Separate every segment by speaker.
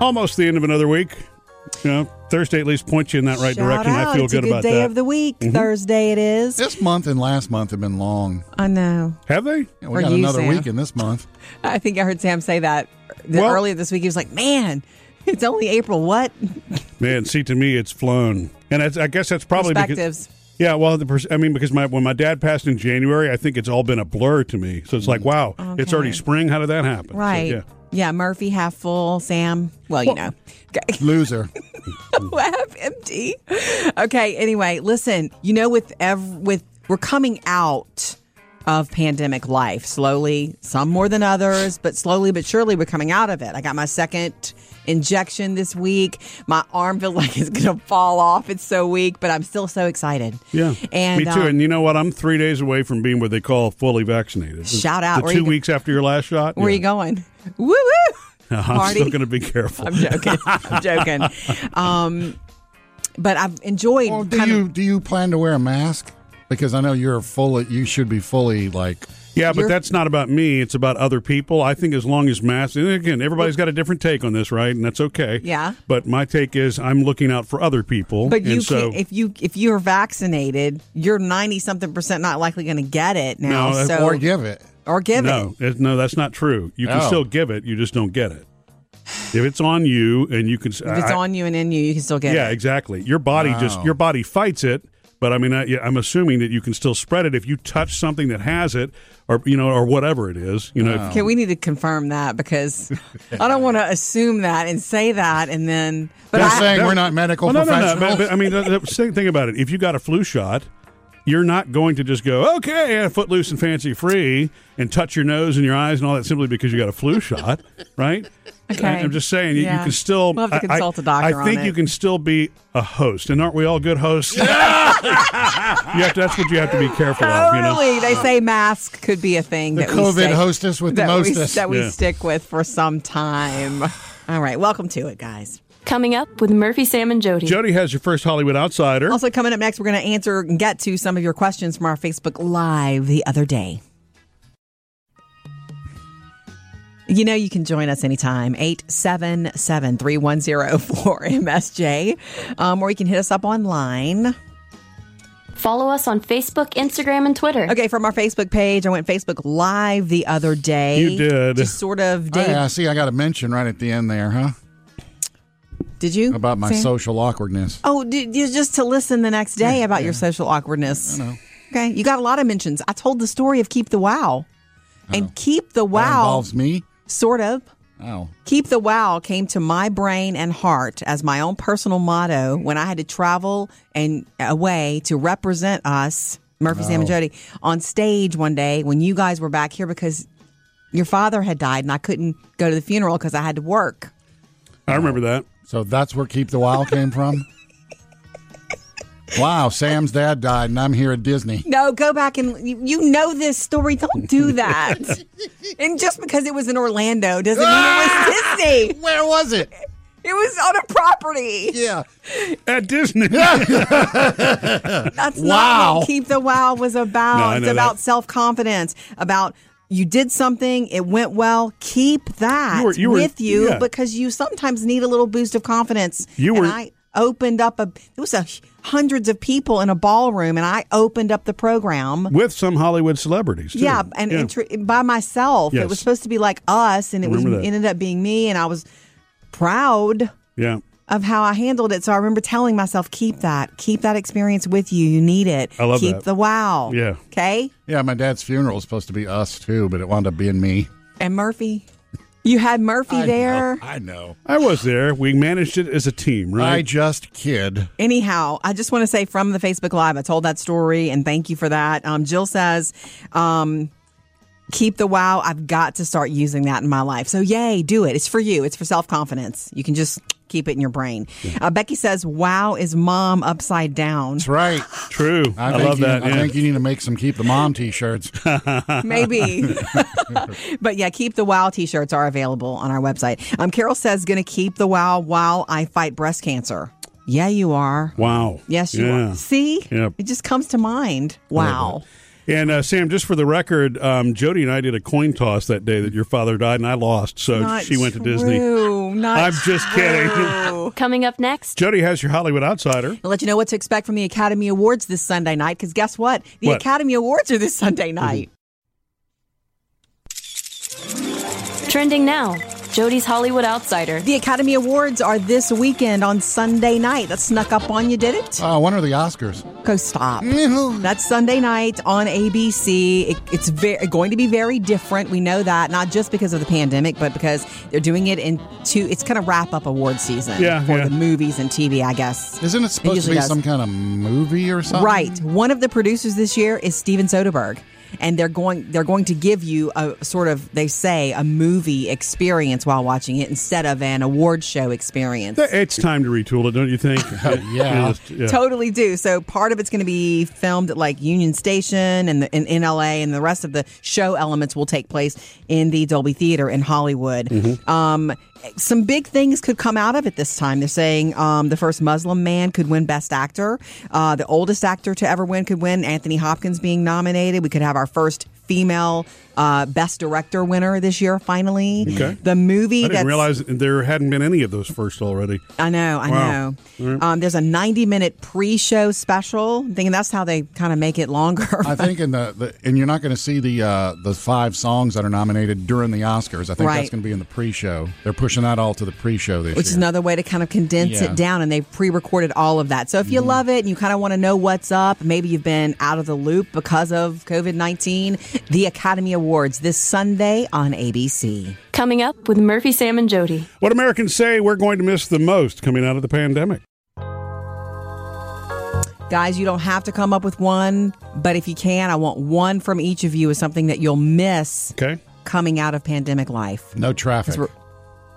Speaker 1: almost the end of another week. You know, Thursday at least points you in that right
Speaker 2: Shout
Speaker 1: direction.
Speaker 2: Out.
Speaker 1: I feel
Speaker 2: it's
Speaker 1: good,
Speaker 2: a good
Speaker 1: about
Speaker 2: day
Speaker 1: that. Mm-hmm.
Speaker 2: of the week. Thursday it is.
Speaker 3: This month and last month have been long.
Speaker 2: I know.
Speaker 1: Have they?
Speaker 3: Yeah, we
Speaker 2: For
Speaker 3: got
Speaker 2: you,
Speaker 3: another
Speaker 2: Sam.
Speaker 3: week in this month.
Speaker 2: I think I heard Sam say that the-
Speaker 1: Well-
Speaker 2: earlier this week. He was like, "Man, it's only April. What
Speaker 1: Man, see, to me, it's flown, and that's, I guess that's probably because.
Speaker 2: perspectives?"
Speaker 1: Yeah, well, the pers- I mean, because my when my dad passed in January, I think it's all been a blur to me. So it's like, wow, it's
Speaker 2: Okay.
Speaker 1: already spring. How did that happen? So,
Speaker 2: right.
Speaker 1: yeah.
Speaker 2: yeah. Murphy half full. Sam. Well, you know.
Speaker 3: Loser.
Speaker 2: half empty. Okay. Anyway, listen. You know, with ev- with we're coming out of pandemic life slowly. Some more than others, but slowly but surely we're coming out of it. I got my second injection this week. My arm feels like it's going to fall off. It's so weak, but I'm still so excited.
Speaker 1: Yeah, me
Speaker 2: And
Speaker 1: too.
Speaker 2: um,
Speaker 1: and you know what? I'm three days away from being what they call fully vaccinated. The-
Speaker 2: Shout out.
Speaker 1: The
Speaker 2: Where
Speaker 1: two
Speaker 2: you go-
Speaker 1: weeks after your last shot.
Speaker 2: Where are you going? Woo woo!
Speaker 1: I'm still going to be careful.
Speaker 2: I'm joking. I'm joking. Um, but I've enjoyed.
Speaker 3: Well, do
Speaker 2: kind
Speaker 3: you
Speaker 2: of,
Speaker 3: do you plan to wear a mask? Because I know you're fully. You should be fully like.
Speaker 1: Yeah, but
Speaker 2: You're-
Speaker 1: that's not about me. It's about other people. I think as long as masks, and again, everybody's got a different take on this, right? And that's okay.
Speaker 2: Yeah.
Speaker 1: But my take is I'm looking out for other people.
Speaker 2: but you
Speaker 1: and so,
Speaker 2: can't, if you if you're vaccinated, you're ninety something percent not likely going to get it now.
Speaker 1: No, that's-
Speaker 2: so
Speaker 3: Or give it.
Speaker 2: or give
Speaker 1: no,
Speaker 2: it.
Speaker 1: it- no, that's not true. You can
Speaker 3: Oh.
Speaker 1: still give it, you just don't get it. If it's on you and you can,
Speaker 2: If it's on you and in you, you can still get
Speaker 1: yeah,
Speaker 2: it.
Speaker 1: exactly. Your body just
Speaker 3: Wow.
Speaker 1: your body fights it. But I mean, I, yeah, I'm assuming that you can still spread it if you touch something that has it, or you know, or whatever it is. You know, if-
Speaker 2: Okay, we need to confirm that because I don't want to assume that and say that and then. But
Speaker 3: They're
Speaker 2: I,
Speaker 3: saying we're not medical
Speaker 1: Well, no, no, no.
Speaker 3: professionals.
Speaker 1: But, but, I mean, the, the same thing about it. If you got a flu shot, you're not going to just go, okay, yeah, footloose and fancy free, and touch your nose and your eyes and all that simply because you got a flu shot, right?
Speaker 2: Okay.
Speaker 1: I, am just saying, you, you
Speaker 2: Yeah.
Speaker 1: can still.
Speaker 2: We'll have to
Speaker 1: I- I-
Speaker 2: consult a doctor
Speaker 1: I
Speaker 2: on
Speaker 1: think
Speaker 2: it.
Speaker 1: you can still be a host, and aren't we all good hosts? you have to, that's what you have to be careful of. You know,
Speaker 2: Totally. They say mask could be a thing
Speaker 3: The
Speaker 2: that we
Speaker 3: COVID
Speaker 2: stay-
Speaker 3: hostess with the
Speaker 2: that we,
Speaker 3: mostest.
Speaker 2: that we
Speaker 1: Yeah.
Speaker 2: stick with for some time. All right, welcome to it, guys.
Speaker 4: Coming up with Murphy, Sam, and Jody.
Speaker 1: Jody has your first Hollywood outsider.
Speaker 2: Also coming up next, we're going to answer and get to some of your questions from our Facebook Live the other day. You know, you can join us anytime, 877 310 4MSJ, um, or you can hit us up online.
Speaker 4: Follow us on Facebook, Instagram, and Twitter.
Speaker 2: Okay, from our Facebook page, I went Facebook Live the other day.
Speaker 1: You did.
Speaker 2: Just sort of,
Speaker 3: Oh,
Speaker 2: Dave,
Speaker 3: yeah, I see. I got a mention right at the end there, huh?
Speaker 2: did you?
Speaker 3: About my
Speaker 2: Sam?
Speaker 3: social awkwardness.
Speaker 2: Oh, d- d- just to listen the next day about your social awkwardness. Okay, you got a lot of mentions. I told the story of Keep the Wow. And Keep the
Speaker 3: That
Speaker 2: Wow,
Speaker 3: involves me.
Speaker 2: sort of.
Speaker 3: Oh,
Speaker 2: Keep the Wow came to my brain and heart as my own personal motto when I had to travel and away to represent us, Murphy, Sam, and Jody, on stage one day when you guys were back here because your father had died and I couldn't go to the funeral because I had to work.
Speaker 1: I remember that.
Speaker 3: so that's where Keep the Wild came from. Wow, Sam's dad died, and I'm here at Disney.
Speaker 2: No, go back and you, you know this story. Don't do that. and just because it was in Orlando doesn't mean it was Disney.
Speaker 3: Where was it?
Speaker 2: It was on a property.
Speaker 3: Yeah.
Speaker 1: At Disney.
Speaker 2: That's not
Speaker 3: Wow.
Speaker 2: what Keep the Wow was about.
Speaker 1: No, I know
Speaker 2: it's about
Speaker 1: that.
Speaker 2: self confidence, about you did something, it went well. Keep that
Speaker 1: You were- you were-
Speaker 2: with you
Speaker 1: yeah.
Speaker 2: because you sometimes need a little boost of confidence.
Speaker 1: You
Speaker 2: And
Speaker 1: were-
Speaker 2: I opened up a, it was a, hundreds of people in a ballroom, and I opened up the program.
Speaker 1: With some Hollywood celebrities. too.
Speaker 2: Yeah, and intri- by myself, it
Speaker 1: Yes.
Speaker 2: was supposed to be like us, and it was
Speaker 1: Remember that.
Speaker 2: ended up being me, and I was proud
Speaker 1: yeah.
Speaker 2: of how I handled it. So I remember telling myself, "Keep that, keep that experience with you. You need it.
Speaker 1: I love
Speaker 2: keep
Speaker 1: that.
Speaker 2: the wow.
Speaker 1: Yeah.
Speaker 2: okay."
Speaker 3: Yeah, my dad's funeral was supposed to be us too, but it wound up being me.
Speaker 2: And Murphy, you had Murphy
Speaker 3: I know,
Speaker 2: there.
Speaker 3: I know.
Speaker 1: I was there. We managed it as a team, right?
Speaker 3: I just kid.
Speaker 2: Anyhow, I just want to say from the Facebook Live, I told that story and thank you for that. Um, Jill says, um, keep the wow. I've got to start using that in my life. So, yay, do it. It's for you, it's for self confidence. You can just keep it in your brain. Uh, Becky says, wow is mom upside down.
Speaker 3: That's right.
Speaker 1: True. I,
Speaker 3: think
Speaker 1: love
Speaker 3: you-
Speaker 1: that.
Speaker 3: I
Speaker 1: yeah.
Speaker 3: think you need to make some keep the mom T-shirts.
Speaker 2: Maybe. but yeah, keep the wow t shirts are available on our website. Um, Carol says, gonna keep the wow while I fight breast cancer. Yeah, you are.
Speaker 1: Wow.
Speaker 2: Yes, you
Speaker 1: yeah.
Speaker 2: are. See?
Speaker 1: Yep.
Speaker 2: It just comes to mind. Wow.
Speaker 1: And uh, Sam, just for the record, um, Jody and I did a coin toss that day that your father died, and I lost, so
Speaker 2: Not
Speaker 1: she went to Disney.
Speaker 2: true. Not
Speaker 1: I'm just kidding.
Speaker 2: true.
Speaker 4: Coming up next,
Speaker 1: Jody has your Hollywood outsider.
Speaker 2: I'll let you know what to expect from the Academy Awards this Sunday night. Because guess what? The
Speaker 1: What? Mm-hmm.
Speaker 2: Academy Awards are this Sunday night.
Speaker 4: trending now, Jody's Hollywood Outsider.
Speaker 2: The Academy Awards are this weekend on Sunday night. That snuck up on you, did it?
Speaker 3: Uh, when are the Oscars?
Speaker 2: Go stop. That's Sunday night on ABC. It, it's very, going to be very different. We know that not just because of the pandemic, but because they're doing it in two. It's kind of wrap up award season
Speaker 1: Yeah,
Speaker 2: for
Speaker 1: yeah.
Speaker 2: the movies and TV, I guess.
Speaker 3: Isn't it supposed to
Speaker 2: usually
Speaker 3: be
Speaker 2: does.
Speaker 3: some kind of movie or something?
Speaker 2: Right. One of the producers this year is Steven Soderbergh, and they're going they're going to give you a sort of they say a movie experience while watching it instead of an award show experience.
Speaker 1: It's time to retool it, don't you think?
Speaker 3: Yeah.
Speaker 1: Just- yeah.
Speaker 2: Totally do. So part of it's going to be filmed at like Union Station and the, in, in LA, and the rest of the show elements will take place in the Dolby Theater in Hollywood.
Speaker 1: Mm-hmm.
Speaker 2: Um, some big things could come out of it this time. They're saying um, the first Muslim man could win Best Actor. Uh, the oldest actor to ever win could win. Anthony Hopkins being nominated. We could have our first female uh, Best Director winner this year. Finally,
Speaker 1: Okay.
Speaker 2: the movie
Speaker 1: I didn't
Speaker 2: that's
Speaker 1: realize there hadn't been any of those first already.
Speaker 2: I know, I
Speaker 1: Wow.
Speaker 2: know. Um, there's a 90 minute pre show special. I'm thinking that's how they kind of make it longer.
Speaker 3: I think in the, the and you're not going to see the uh, the five songs that are nominated during the Oscars. I think
Speaker 2: Right.
Speaker 3: that's going to be in the pre-show. They're pushing that all to the pre-show this
Speaker 2: which
Speaker 3: year.
Speaker 2: is another way to kind of condense
Speaker 3: Yeah.
Speaker 2: it down and they've pre-recorded all of that so if you love it and you kind of want to know what's up maybe you've been out of the loop because of covid-19 the academy awards this sunday on abc
Speaker 4: Coming up with Murphy, Sam, and Jody.
Speaker 1: What Americans say we're going to miss the most coming out of the pandemic.
Speaker 2: guys you don't have to come up with one but if you can i want one from each of you as something that you'll miss
Speaker 1: Okay.
Speaker 2: coming out of pandemic life
Speaker 3: no traffic.
Speaker 2: we're-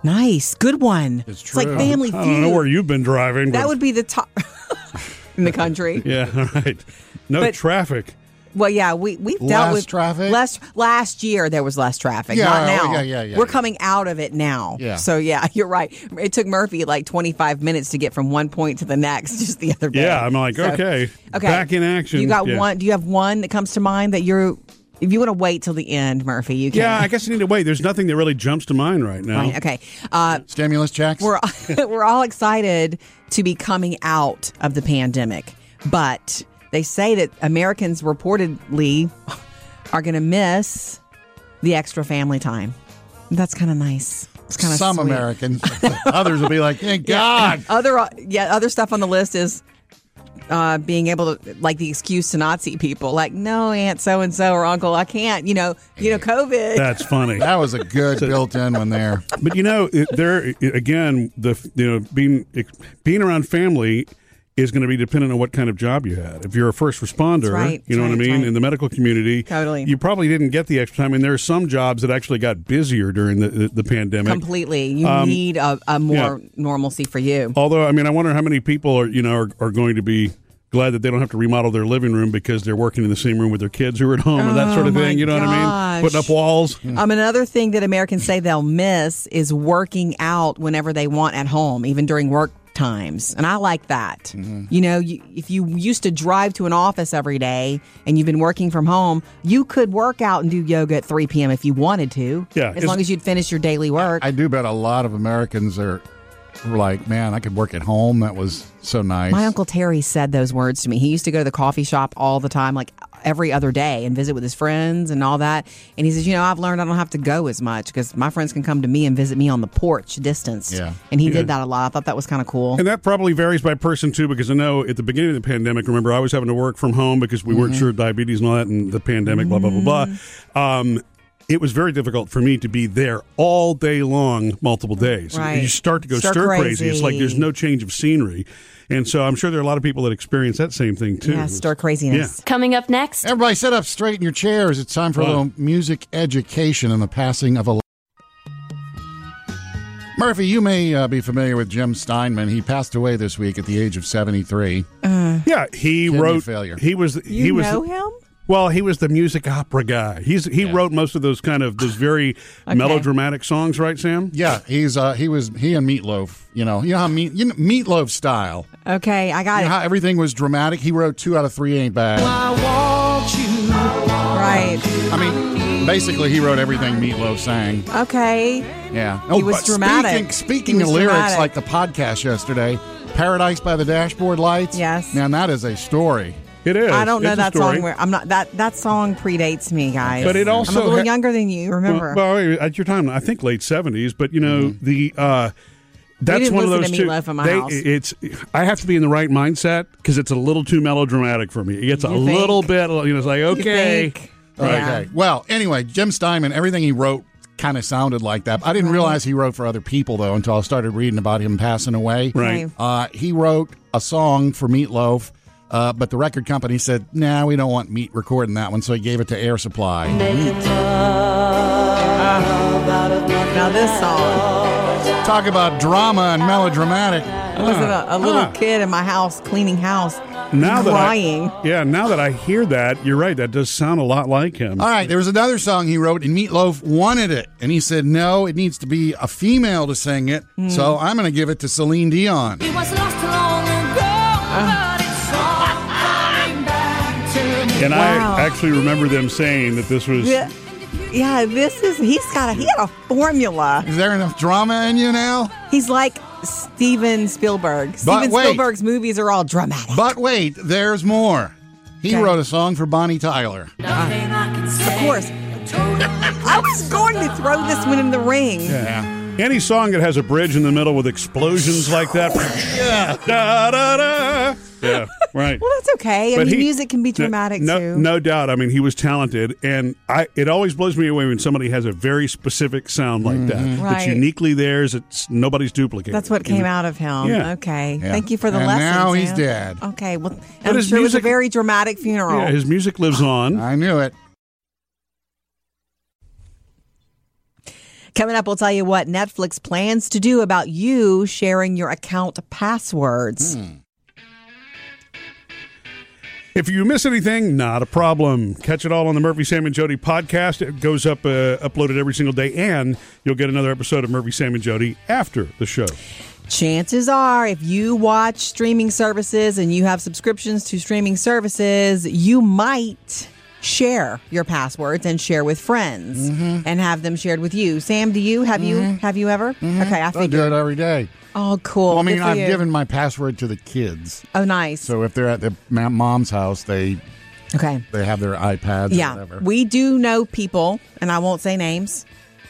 Speaker 2: nice good one
Speaker 3: It's
Speaker 2: like
Speaker 3: true.
Speaker 2: family
Speaker 1: I don't know
Speaker 2: Feud.
Speaker 1: where you've been driving.
Speaker 2: That
Speaker 1: but-
Speaker 2: would be the top in the country.
Speaker 1: Yeah, all right. No
Speaker 2: But-
Speaker 1: traffic.
Speaker 2: Well, yeah, we we've dealt
Speaker 3: Less
Speaker 2: with
Speaker 3: traffic?
Speaker 2: Less last year there was less traffic.
Speaker 3: Yeah,
Speaker 2: not
Speaker 3: oh,
Speaker 2: now.
Speaker 3: yeah, yeah, yeah,
Speaker 2: We're
Speaker 3: yeah.
Speaker 2: coming out of it now.
Speaker 3: Yeah.
Speaker 2: So yeah, you're right. It took Murphy like 25 minutes to get from one point to the next just the other day.
Speaker 1: Yeah, I'm like,
Speaker 2: So-
Speaker 1: okay,
Speaker 2: okay,
Speaker 1: back in action.
Speaker 2: You got
Speaker 1: Yeah.
Speaker 2: one? Do you have one that comes to mind that you're? If you want to wait till the end, Murphy, you can.
Speaker 1: Yeah, I guess I need to wait. There's nothing that really jumps to mind right now.
Speaker 2: Fine, Okay. Uh,
Speaker 3: Stimulus checks.
Speaker 2: we're we're all excited to be coming out of the pandemic, but they say that Americans reportedly are going to miss the extra family time. That's kind of nice. It's kind of
Speaker 3: Some
Speaker 2: sweet.
Speaker 3: Americans, others will be like, "Thank God."
Speaker 2: Other yeah, other stuff on the list is uh, being able to like the excuse to not see people. Like, no, Aunt so and so or Uncle, I can't. You know, you know, COVID.
Speaker 1: That's funny.
Speaker 3: That was a good built-in one there.
Speaker 1: but you know, it, there it- again, the you know being being around family is going to be dependent on what kind of job you had. If you're a first responder,
Speaker 2: right,
Speaker 1: you know
Speaker 2: that's
Speaker 1: what I mean,
Speaker 2: right, that's right.
Speaker 1: in the medical community,
Speaker 2: Totally.
Speaker 1: you probably didn't get the extra time. And there are some jobs that actually got busier during the the, the pandemic.
Speaker 2: Completely. You need a, a more normalcy for you.
Speaker 1: Although, I mean, I wonder how many people are you know are, are going to be glad that they don't have to remodel their living room because they're working in the same room with their kids who are at home or that sort of
Speaker 2: Oh my
Speaker 1: thing. You know what I mean?
Speaker 2: gosh.
Speaker 1: Putting up walls.
Speaker 2: Um, another thing that Americans say they'll miss is working out whenever they want at home, even during work times. And I like that.
Speaker 1: Mm-hmm.
Speaker 2: You know, you, if you used to drive to an office every day and you've been working from home, you could work out and do yoga at 3 p.m. if you wanted to.
Speaker 1: Yeah,
Speaker 2: As
Speaker 1: it's-
Speaker 2: long as you'd finish your daily work.
Speaker 3: I do bet a lot of Americans are like, "Man, I could work at home. That was so nice."
Speaker 2: My Uncle Terry said those words to me. He used to go to the coffee shop all the time, like every other day, and visit with his friends and all that. And he says, You know, I've learned I don't have to go as much because my friends can come to me and visit me on the porch distance.
Speaker 3: Yeah.
Speaker 2: And he did that a lot. I thought that was kind of cool.
Speaker 1: And that probably varies by person too, because I know at the beginning of the pandemic, remember I was having to work from home because we
Speaker 2: Mm-hmm.
Speaker 1: weren't sure of diabetes and all that, and the pandemic, blah blah blah blah. Um, it was very difficult for me to be there all day long, multiple days.
Speaker 2: Right.
Speaker 1: You start to go
Speaker 2: Stir
Speaker 1: stir, crazy. It's like there's
Speaker 2: crazy.
Speaker 1: no change of scenery, and so I'm sure there are a lot of people that experience that same thing too.
Speaker 2: Yeah, stir craziness.
Speaker 4: Coming up next,
Speaker 3: Everybody, sit up straight in your chairs. It's time for a
Speaker 1: Wow.
Speaker 3: little music education and the passing of a. Murphy, you may uh, be familiar with Jim Steinman. He passed away this week at the age of 73.
Speaker 1: Yeah, he
Speaker 3: Kidney
Speaker 1: wrote.
Speaker 3: failure.
Speaker 1: He was.
Speaker 2: You
Speaker 1: he was.
Speaker 2: know
Speaker 1: the-
Speaker 2: him?
Speaker 1: Well, he was the music opera guy. He's he
Speaker 3: Yeah.
Speaker 1: wrote most of those kind of those very melodramatic songs, right, Sam?
Speaker 3: Yeah, he's uh, he was he and Meatloaf. You know, you know how meat you know, Meatloaf style.
Speaker 2: Okay, I got
Speaker 3: You know
Speaker 2: it.
Speaker 3: how everything was dramatic. He wrote two out of three ain't bad.
Speaker 5: I want you.
Speaker 2: Right.
Speaker 3: I mean, basically, he wrote everything Meatloaf sang.
Speaker 2: Okay.
Speaker 3: Yeah. Oh,
Speaker 2: He was
Speaker 3: but
Speaker 2: dramatic.
Speaker 3: Speaking, speaking
Speaker 2: He
Speaker 3: of
Speaker 2: was
Speaker 3: lyrics,
Speaker 2: dramatic.
Speaker 3: like the podcast yesterday, Paradise by the Dashboard Lights.
Speaker 2: Yes.
Speaker 3: Man, that is a story.
Speaker 1: It is.
Speaker 2: I don't know
Speaker 1: It's a
Speaker 2: that
Speaker 1: story.
Speaker 2: song. Where I'm not that that song predates me, guys.
Speaker 1: But it
Speaker 2: I'm a
Speaker 1: also
Speaker 2: little
Speaker 1: ha-
Speaker 2: younger than you. Remember?
Speaker 1: Well, well, wait, at your time, I think late seventies, but you know the. Uh, that's
Speaker 2: didn't
Speaker 1: one of
Speaker 2: listen
Speaker 1: those
Speaker 2: to
Speaker 1: two.
Speaker 2: Meatloaf in my
Speaker 1: They-
Speaker 2: house.
Speaker 1: It's I have to be in the right mindset because it's a little too melodramatic for me. It gets a
Speaker 2: You think?
Speaker 1: little bit, you know, it's like
Speaker 2: You
Speaker 1: okay,
Speaker 2: think?
Speaker 3: Okay. Well, anyway, Jim Steinman, everything he wrote kind of sounded like that. I didn't realize he wrote for other people, though, until I started reading about him passing away.
Speaker 1: right.
Speaker 3: Uh, he wrote a song for Meatloaf, uh, but the record company said, nah, we don't want Meat recording that one, so he gave it to Air Supply.
Speaker 2: Now this song
Speaker 3: Talk about drama and melodramatic.
Speaker 2: I was a, a little
Speaker 1: ah.
Speaker 2: kid in my house cleaning house,
Speaker 1: Now that
Speaker 2: crying.
Speaker 1: I, yeah, now that I hear that, you're right. That does sound a lot like him.
Speaker 2: Uh,
Speaker 3: All right, there was another song he wrote, and Meatloaf wanted it. And he said, no, it needs to be a female to sing it,
Speaker 2: Hmm.
Speaker 3: so I'm going to give it to Celine Dion.
Speaker 1: and
Speaker 2: Wow.
Speaker 1: I actually remember them saying that this was.
Speaker 2: yeah, yeah, this is he's got a he had a formula.
Speaker 3: Is there enough drama in you now?
Speaker 2: He's like Steven Spielberg. Steven
Speaker 3: wait.
Speaker 2: Spielberg's movies are all dramatic.
Speaker 3: But wait, there's more. He
Speaker 2: Okay.
Speaker 3: wrote a song for Bonnie Tyler.
Speaker 2: of course. I was going to throw this one in the ring.
Speaker 3: Yeah.
Speaker 1: Any song that has a bridge in the middle with explosions like that. yeah. Da, da, da. Yeah, right.
Speaker 2: Well, that's okay. I
Speaker 1: But
Speaker 2: mean,
Speaker 1: he-
Speaker 2: music can be dramatic
Speaker 1: no,
Speaker 2: too.
Speaker 1: No doubt. I mean, he was talented, and I. It always blows me away when somebody has a very specific sound like that. It's
Speaker 2: Right.
Speaker 1: uniquely theirs. It's nobody's duplicated.
Speaker 2: That's what came out of him.
Speaker 1: Yeah.
Speaker 2: Okay.
Speaker 3: Yeah.
Speaker 2: Thank you for the
Speaker 3: And
Speaker 2: lesson.
Speaker 3: now he's
Speaker 2: Sam.
Speaker 3: dead.
Speaker 2: Okay. Well, and
Speaker 1: But
Speaker 2: I'm
Speaker 1: his
Speaker 2: sure it was a
Speaker 1: music-
Speaker 2: very dramatic funeral.
Speaker 1: Yeah, his music lives on.
Speaker 3: I knew it.
Speaker 2: Coming up, we'll tell you what Netflix plans to do about you sharing your account passwords.
Speaker 3: Hmm.
Speaker 1: If you miss anything, not a problem. Catch it all on the Murphy Sam and Jody podcast. It goes up, uh, uploaded every single day, and you'll get another episode of Murphy Sam and Jody after the show.
Speaker 2: Chances are, if you watch streaming services and you have subscriptions to streaming services, you might share your passwords and share with friends
Speaker 3: Mm-hmm.
Speaker 2: and have them shared with you. Sam, do you have you have you ever? Okay, I
Speaker 3: I do
Speaker 2: figured.
Speaker 3: it every day.
Speaker 2: Oh, cool.
Speaker 3: Mm-hmm. Well, I mean,
Speaker 2: Good for
Speaker 3: I've
Speaker 2: you.
Speaker 3: given my password to the kids.
Speaker 2: Oh, nice.
Speaker 3: So if they're at their ma- mom's house, they
Speaker 2: okay.
Speaker 3: they have their iPads or
Speaker 2: Yeah.
Speaker 3: whatever.
Speaker 2: We do know people, and I won't say names,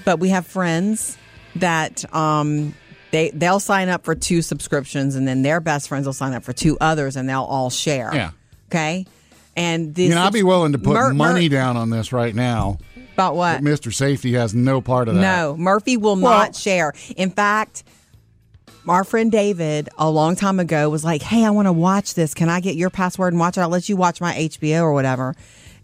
Speaker 2: but we have friends that um they they'll sign up for two subscriptions and then their best friends will sign up for two others and they'll all share.
Speaker 3: Yeah.
Speaker 2: Okay. And this
Speaker 3: you know, I'd be willing to put
Speaker 2: Mur- Mur-
Speaker 3: money down on this right now.
Speaker 2: about what?
Speaker 3: Mr. Safety has no part of that.
Speaker 2: No, Murphy will not share. In fact, our friend David a long time ago was like, "Hey, I want to watch this. Can I get your password and watch it? I'll let you watch my HBO or whatever."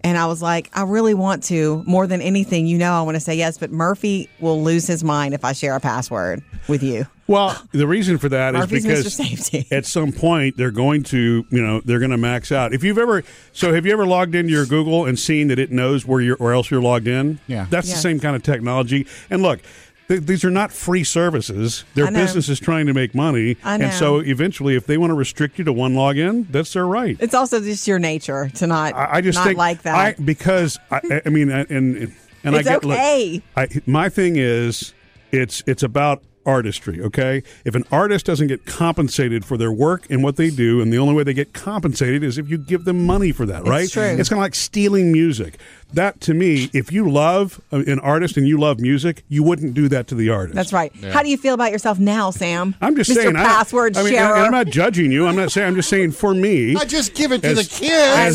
Speaker 2: And I was like, "I really want to more than anything. You know, I want to say yes, but Murphy will lose his mind if I share a password with you."
Speaker 1: Well, the reason for that is
Speaker 2: Murphy's Mr.
Speaker 1: because
Speaker 2: Safety.
Speaker 1: at some point they're going to, you know, they're going to max out. If you've ever, so have you ever logged into your Google and seen that it knows where you're, or else you're logged in?
Speaker 3: Yeah.
Speaker 1: that's
Speaker 2: Yeah.
Speaker 1: the same kind of technology. And look. th- These are not free services.
Speaker 2: I
Speaker 1: They're
Speaker 2: know.
Speaker 1: businesses trying to make money.
Speaker 2: I know.
Speaker 1: And so eventually, if they want to restrict you to one login, that's their right.
Speaker 2: It's also just your nature to not
Speaker 1: I, I just
Speaker 2: not
Speaker 1: think
Speaker 2: like that.
Speaker 1: I, because I, I mean, I- and and
Speaker 2: It's
Speaker 1: I get look,
Speaker 2: okay.
Speaker 1: I, my thing is, it's it's about artistry. Okay, if an artist doesn't get compensated for their work and what they do, and the only way they get compensated is if you give them money for that, right?
Speaker 2: true.
Speaker 1: It's kind of like stealing music. That to me, if you love uh, an artist and you love music, you wouldn't do that to the artist.
Speaker 2: That's right. How do you feel about yourself now, Sam?
Speaker 1: I'm just
Speaker 2: Mr.
Speaker 1: saying. I-
Speaker 2: Password
Speaker 1: I, mean, and-
Speaker 2: sharer.
Speaker 1: and I'm not judging you. I'm not saying. I'm just saying for me.
Speaker 3: I just give it to the kids.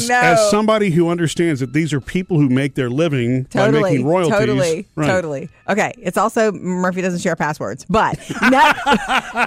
Speaker 1: As,
Speaker 2: I know.
Speaker 1: as somebody who understands that these are people who make their living by
Speaker 2: Totally,
Speaker 1: making royalties.
Speaker 2: totally,
Speaker 1: Right.
Speaker 2: totally. Okay, it's also Murphy doesn't share passwords, but Net-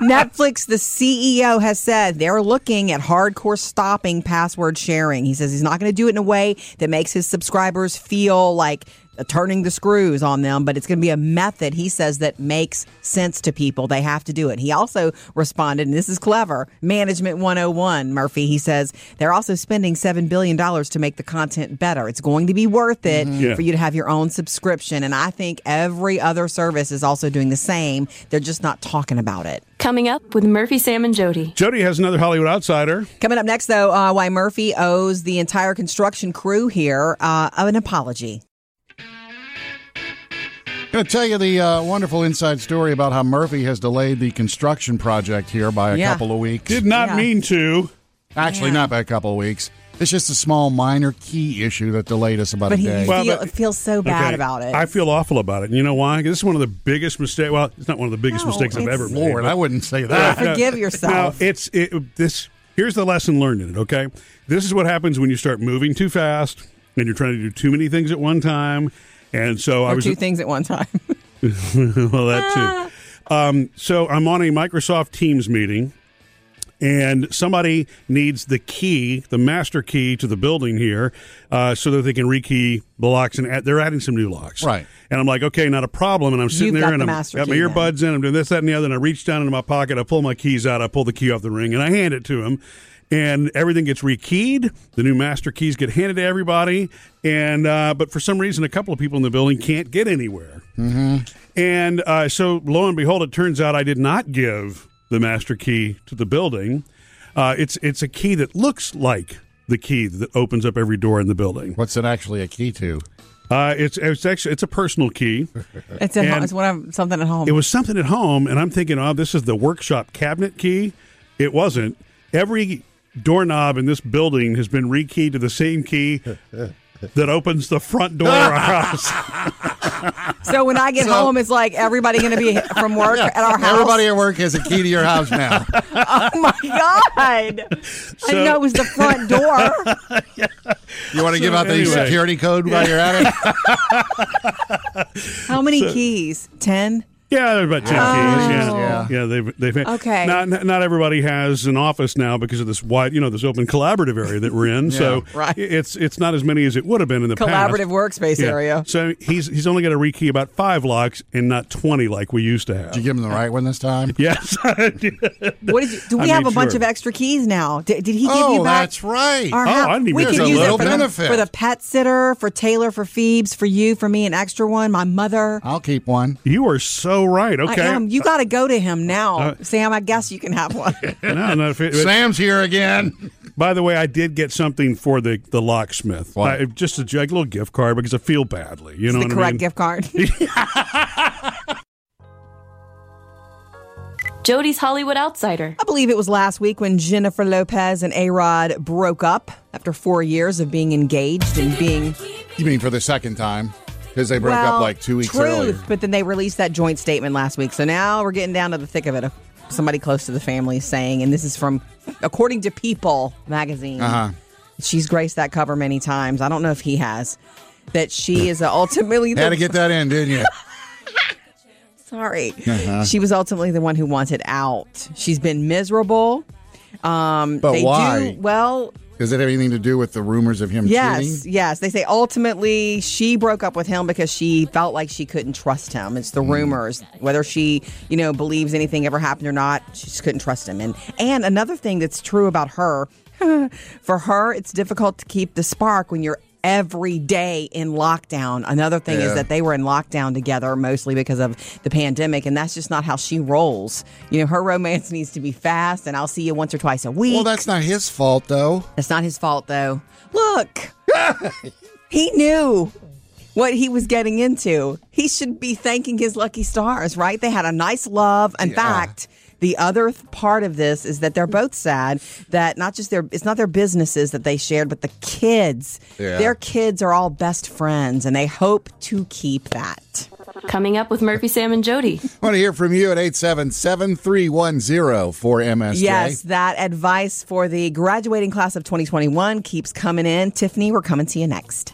Speaker 2: Netflix, the CEO has said they're looking at hardcore stopping password sharing. He says he's not going to do it in a way that makes his subscribers feel like turning the screws on them, but it's going to be a method he says that makes sense to people. They have to do it. He also responded, and this is clever Management 101, Murphy. He says they're also spending $7 billion to make the content better. It's going to be worth it
Speaker 1: Mm-hmm. Yeah.
Speaker 2: for you to have your own subscription. And I think every other service is also doing the same. They're just not talking about it.
Speaker 4: Coming up with Murphy, Sam, and Jody.
Speaker 1: Jody has another Hollywood outsider.
Speaker 2: Coming up next, though, uh, why Murphy owes the entire construction crew here uh, an apology.
Speaker 3: going to tell you the uh, wonderful inside story about how Murphy has delayed the construction project here by a
Speaker 2: Yeah.
Speaker 3: couple of weeks.
Speaker 1: Did not
Speaker 2: Yeah.
Speaker 1: mean to.
Speaker 3: Actually, not by a couple of weeks. It's just a small minor key issue that delayed us about
Speaker 2: But
Speaker 3: a
Speaker 2: he
Speaker 3: day.
Speaker 1: Well,
Speaker 2: feel,
Speaker 1: but-
Speaker 2: feels so bad
Speaker 1: Okay.
Speaker 2: about it.
Speaker 1: I feel awful about it. And you know why? 'Cause This is one of the biggest mistakes. Well, it's not one of the biggest
Speaker 2: No,
Speaker 1: mistakes I've
Speaker 2: it's-
Speaker 1: ever made.
Speaker 3: Lord,
Speaker 1: but-
Speaker 3: I wouldn't say
Speaker 2: Yeah,
Speaker 3: that.
Speaker 2: Forgive yourself.
Speaker 1: Now, it's it, this. Here's the lesson learned in it. Okay, this is what happens when you start moving too fast and you're trying to do too many things at one time. And so I
Speaker 2: or
Speaker 1: was
Speaker 2: two things at one time.
Speaker 1: well that too. Um, so I'm on a Microsoft Teams meeting, and somebody needs the key, the master key to the building here, uh, so that they can rekey the locks. And add, they're adding some new locks,
Speaker 3: Right.
Speaker 1: And I'm like, okay, not a problem. And I'm sitting
Speaker 2: You've
Speaker 1: there,
Speaker 2: got
Speaker 1: and
Speaker 2: the
Speaker 1: I'm
Speaker 2: master
Speaker 1: got my
Speaker 2: key then.
Speaker 1: earbuds in. I'm doing this, that, and the other. And I reach down into my pocket, I pull my keys out, I pull the key off the ring, and I hand it to him. And everything gets rekeyed. The new master keys get handed to everybody, and uh, but for some reason, a couple of people in the building can't get anywhere.
Speaker 2: Mm-hmm.
Speaker 1: And uh, so, lo and behold, it turns out I did not give the master key to the building. Uh, it's it's a key that looks like the key that opens up every door in the building.
Speaker 3: What's it actually a key to?
Speaker 1: Uh, it's it's actually it's a personal key.
Speaker 2: It's, at
Speaker 1: And-
Speaker 2: home, it's one of, something at home.
Speaker 1: It was something at home, and I'm thinking, oh, this is the workshop cabinet key. It wasn't. Every doorknob in this building has been rekeyed to the same key that opens the front door of our house.
Speaker 2: so when I get
Speaker 3: So-
Speaker 2: home, it's like everybody going to be from work at our house.
Speaker 3: Everybody at work has a key to your house now.
Speaker 2: oh my god! I
Speaker 1: So-
Speaker 2: didn't know it was the front door.
Speaker 3: You want to give out the
Speaker 1: anyway.
Speaker 3: security code while you're at it?
Speaker 2: How many keys? Ten.
Speaker 1: Yeah, there are about ten keys. Yeah, yeah,
Speaker 3: Yeah.
Speaker 1: they've they've
Speaker 2: Okay.
Speaker 1: Not not everybody has an office now because of this wide, you know, this open collaborative area that we're in. so
Speaker 2: right.
Speaker 1: it's it's not as many as it would have been in the
Speaker 2: Collaborative
Speaker 1: past.
Speaker 2: workspace
Speaker 1: Yeah.
Speaker 2: area.
Speaker 1: So he's he's only got to rekey about five locks and not twenty like we used to
Speaker 3: Did you
Speaker 1: have.
Speaker 3: give him the right one this time?
Speaker 1: Yes, I did.
Speaker 2: What did you, do? We
Speaker 1: I
Speaker 2: have
Speaker 1: made
Speaker 2: a bunch
Speaker 1: sure.
Speaker 2: of extra keys now. Did, did he give
Speaker 3: oh,
Speaker 2: you back?
Speaker 3: that's right.
Speaker 2: Our
Speaker 1: Oh,
Speaker 2: house-
Speaker 1: I didn't even
Speaker 2: we
Speaker 1: There's
Speaker 2: can
Speaker 1: a
Speaker 2: use it
Speaker 1: little
Speaker 2: for the,
Speaker 3: benefit.
Speaker 2: for the pet sitter, for Taylor, for Phoebes, for you, for me, an extra one, my mother.
Speaker 3: I'll keep one.
Speaker 1: You are so right. Okay, Uh,
Speaker 2: I am. You got to go to him now, Sam. I guess you can have one.
Speaker 1: No, no, if it-
Speaker 3: Sam's here again.
Speaker 1: By the way, I did get something for the the locksmith.
Speaker 3: What?
Speaker 1: I, just a, a little gift card because I feel badly. You know
Speaker 2: the
Speaker 1: what
Speaker 2: correct
Speaker 1: I mean?
Speaker 2: gift card.
Speaker 4: Jody's Hollywood Outsider.
Speaker 2: I believe it was last week when Jennifer Lopez and A Rod broke up after four years of being engaged and being
Speaker 3: You mean for the second time? Because they broke
Speaker 2: well,
Speaker 3: up like two weeks
Speaker 2: truth,
Speaker 3: earlier.
Speaker 2: But then they released that joint statement last week, so now we're getting down to the thick of it. Somebody close to the family is saying, and this is from according to People magazine.
Speaker 3: Uh-huh.
Speaker 2: She's graced that cover many times. I don't know if he has. That she is ultimately the
Speaker 3: Had to get that in, didn't you?
Speaker 2: Sorry.
Speaker 3: Uh-huh.
Speaker 2: She was ultimately the one who wanted out. She's been miserable. Um,
Speaker 3: But
Speaker 2: they
Speaker 3: why?
Speaker 2: Do, well,
Speaker 3: Does it have anything to do with the rumors of him
Speaker 2: yes,
Speaker 3: cheating?
Speaker 2: yes. They say ultimately she broke up with him because she felt like she couldn't trust him. It's the
Speaker 3: Hmm.
Speaker 2: rumors. Whether she, you know, believes anything ever happened or not, she just couldn't trust him. And and another thing that's true about her, for her, it's difficult to keep the spark when you're every day in lockdown. Another thing is
Speaker 3: Yeah.
Speaker 2: that they were in lockdown together mostly because of the pandemic, and that's just not how she rolls. You know, her romance needs to be fast, and I'll see you once or twice a week.
Speaker 3: Well, that's not his fault, though.
Speaker 2: That's not his fault, though. Look, he knew what he was getting into. He should be thanking his lucky stars, right? They had a nice love. In fact, the other th- part of this is that they're both sad that not just their it's not their businesses that they shared, but the kids.
Speaker 3: Yeah.
Speaker 2: Their kids are all best friends, and they hope to keep that.
Speaker 4: Coming up with Murphy, Sam, and Jody.
Speaker 3: want to hear from you at 877 310 4MSJ.
Speaker 2: Yes, that advice for the graduating class of 2021 keeps coming in. Tiffany, we're coming to you next.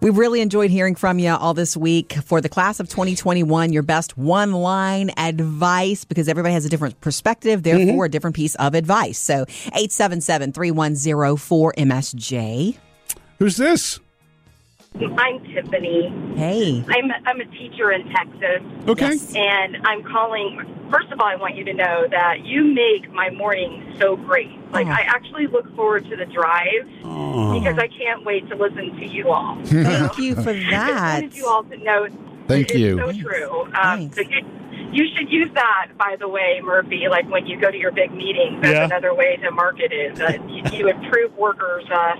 Speaker 2: We really enjoyed hearing from you all this week for the class of 2021, your best one line advice because everybody has a different perspective, therefore, a different piece of advice. So 877 3104 MSJ.
Speaker 1: Who's this?
Speaker 5: I'm Tiffany.
Speaker 2: Hey.
Speaker 5: I'm I'm a teacher in Texas,
Speaker 1: Okay.
Speaker 2: Yes.
Speaker 5: and I'm calling. First of all, I want you to know that you make my morning so great. Like
Speaker 2: Aw.
Speaker 5: I actually look forward to the drive
Speaker 1: Aw.
Speaker 5: because I can't wait to listen to you all.
Speaker 2: Thank you for
Speaker 5: I just
Speaker 2: that.
Speaker 5: wanted you all to know.
Speaker 3: Thank
Speaker 5: it's
Speaker 3: you.
Speaker 5: So
Speaker 2: Thanks.
Speaker 5: true. Um,
Speaker 2: Thanks.
Speaker 5: so you, you should use that, by the way, Murphy. Like when you go to your big meetings, that's
Speaker 1: Yeah.
Speaker 5: another way to market it. Uh, you, you improve workers' uh,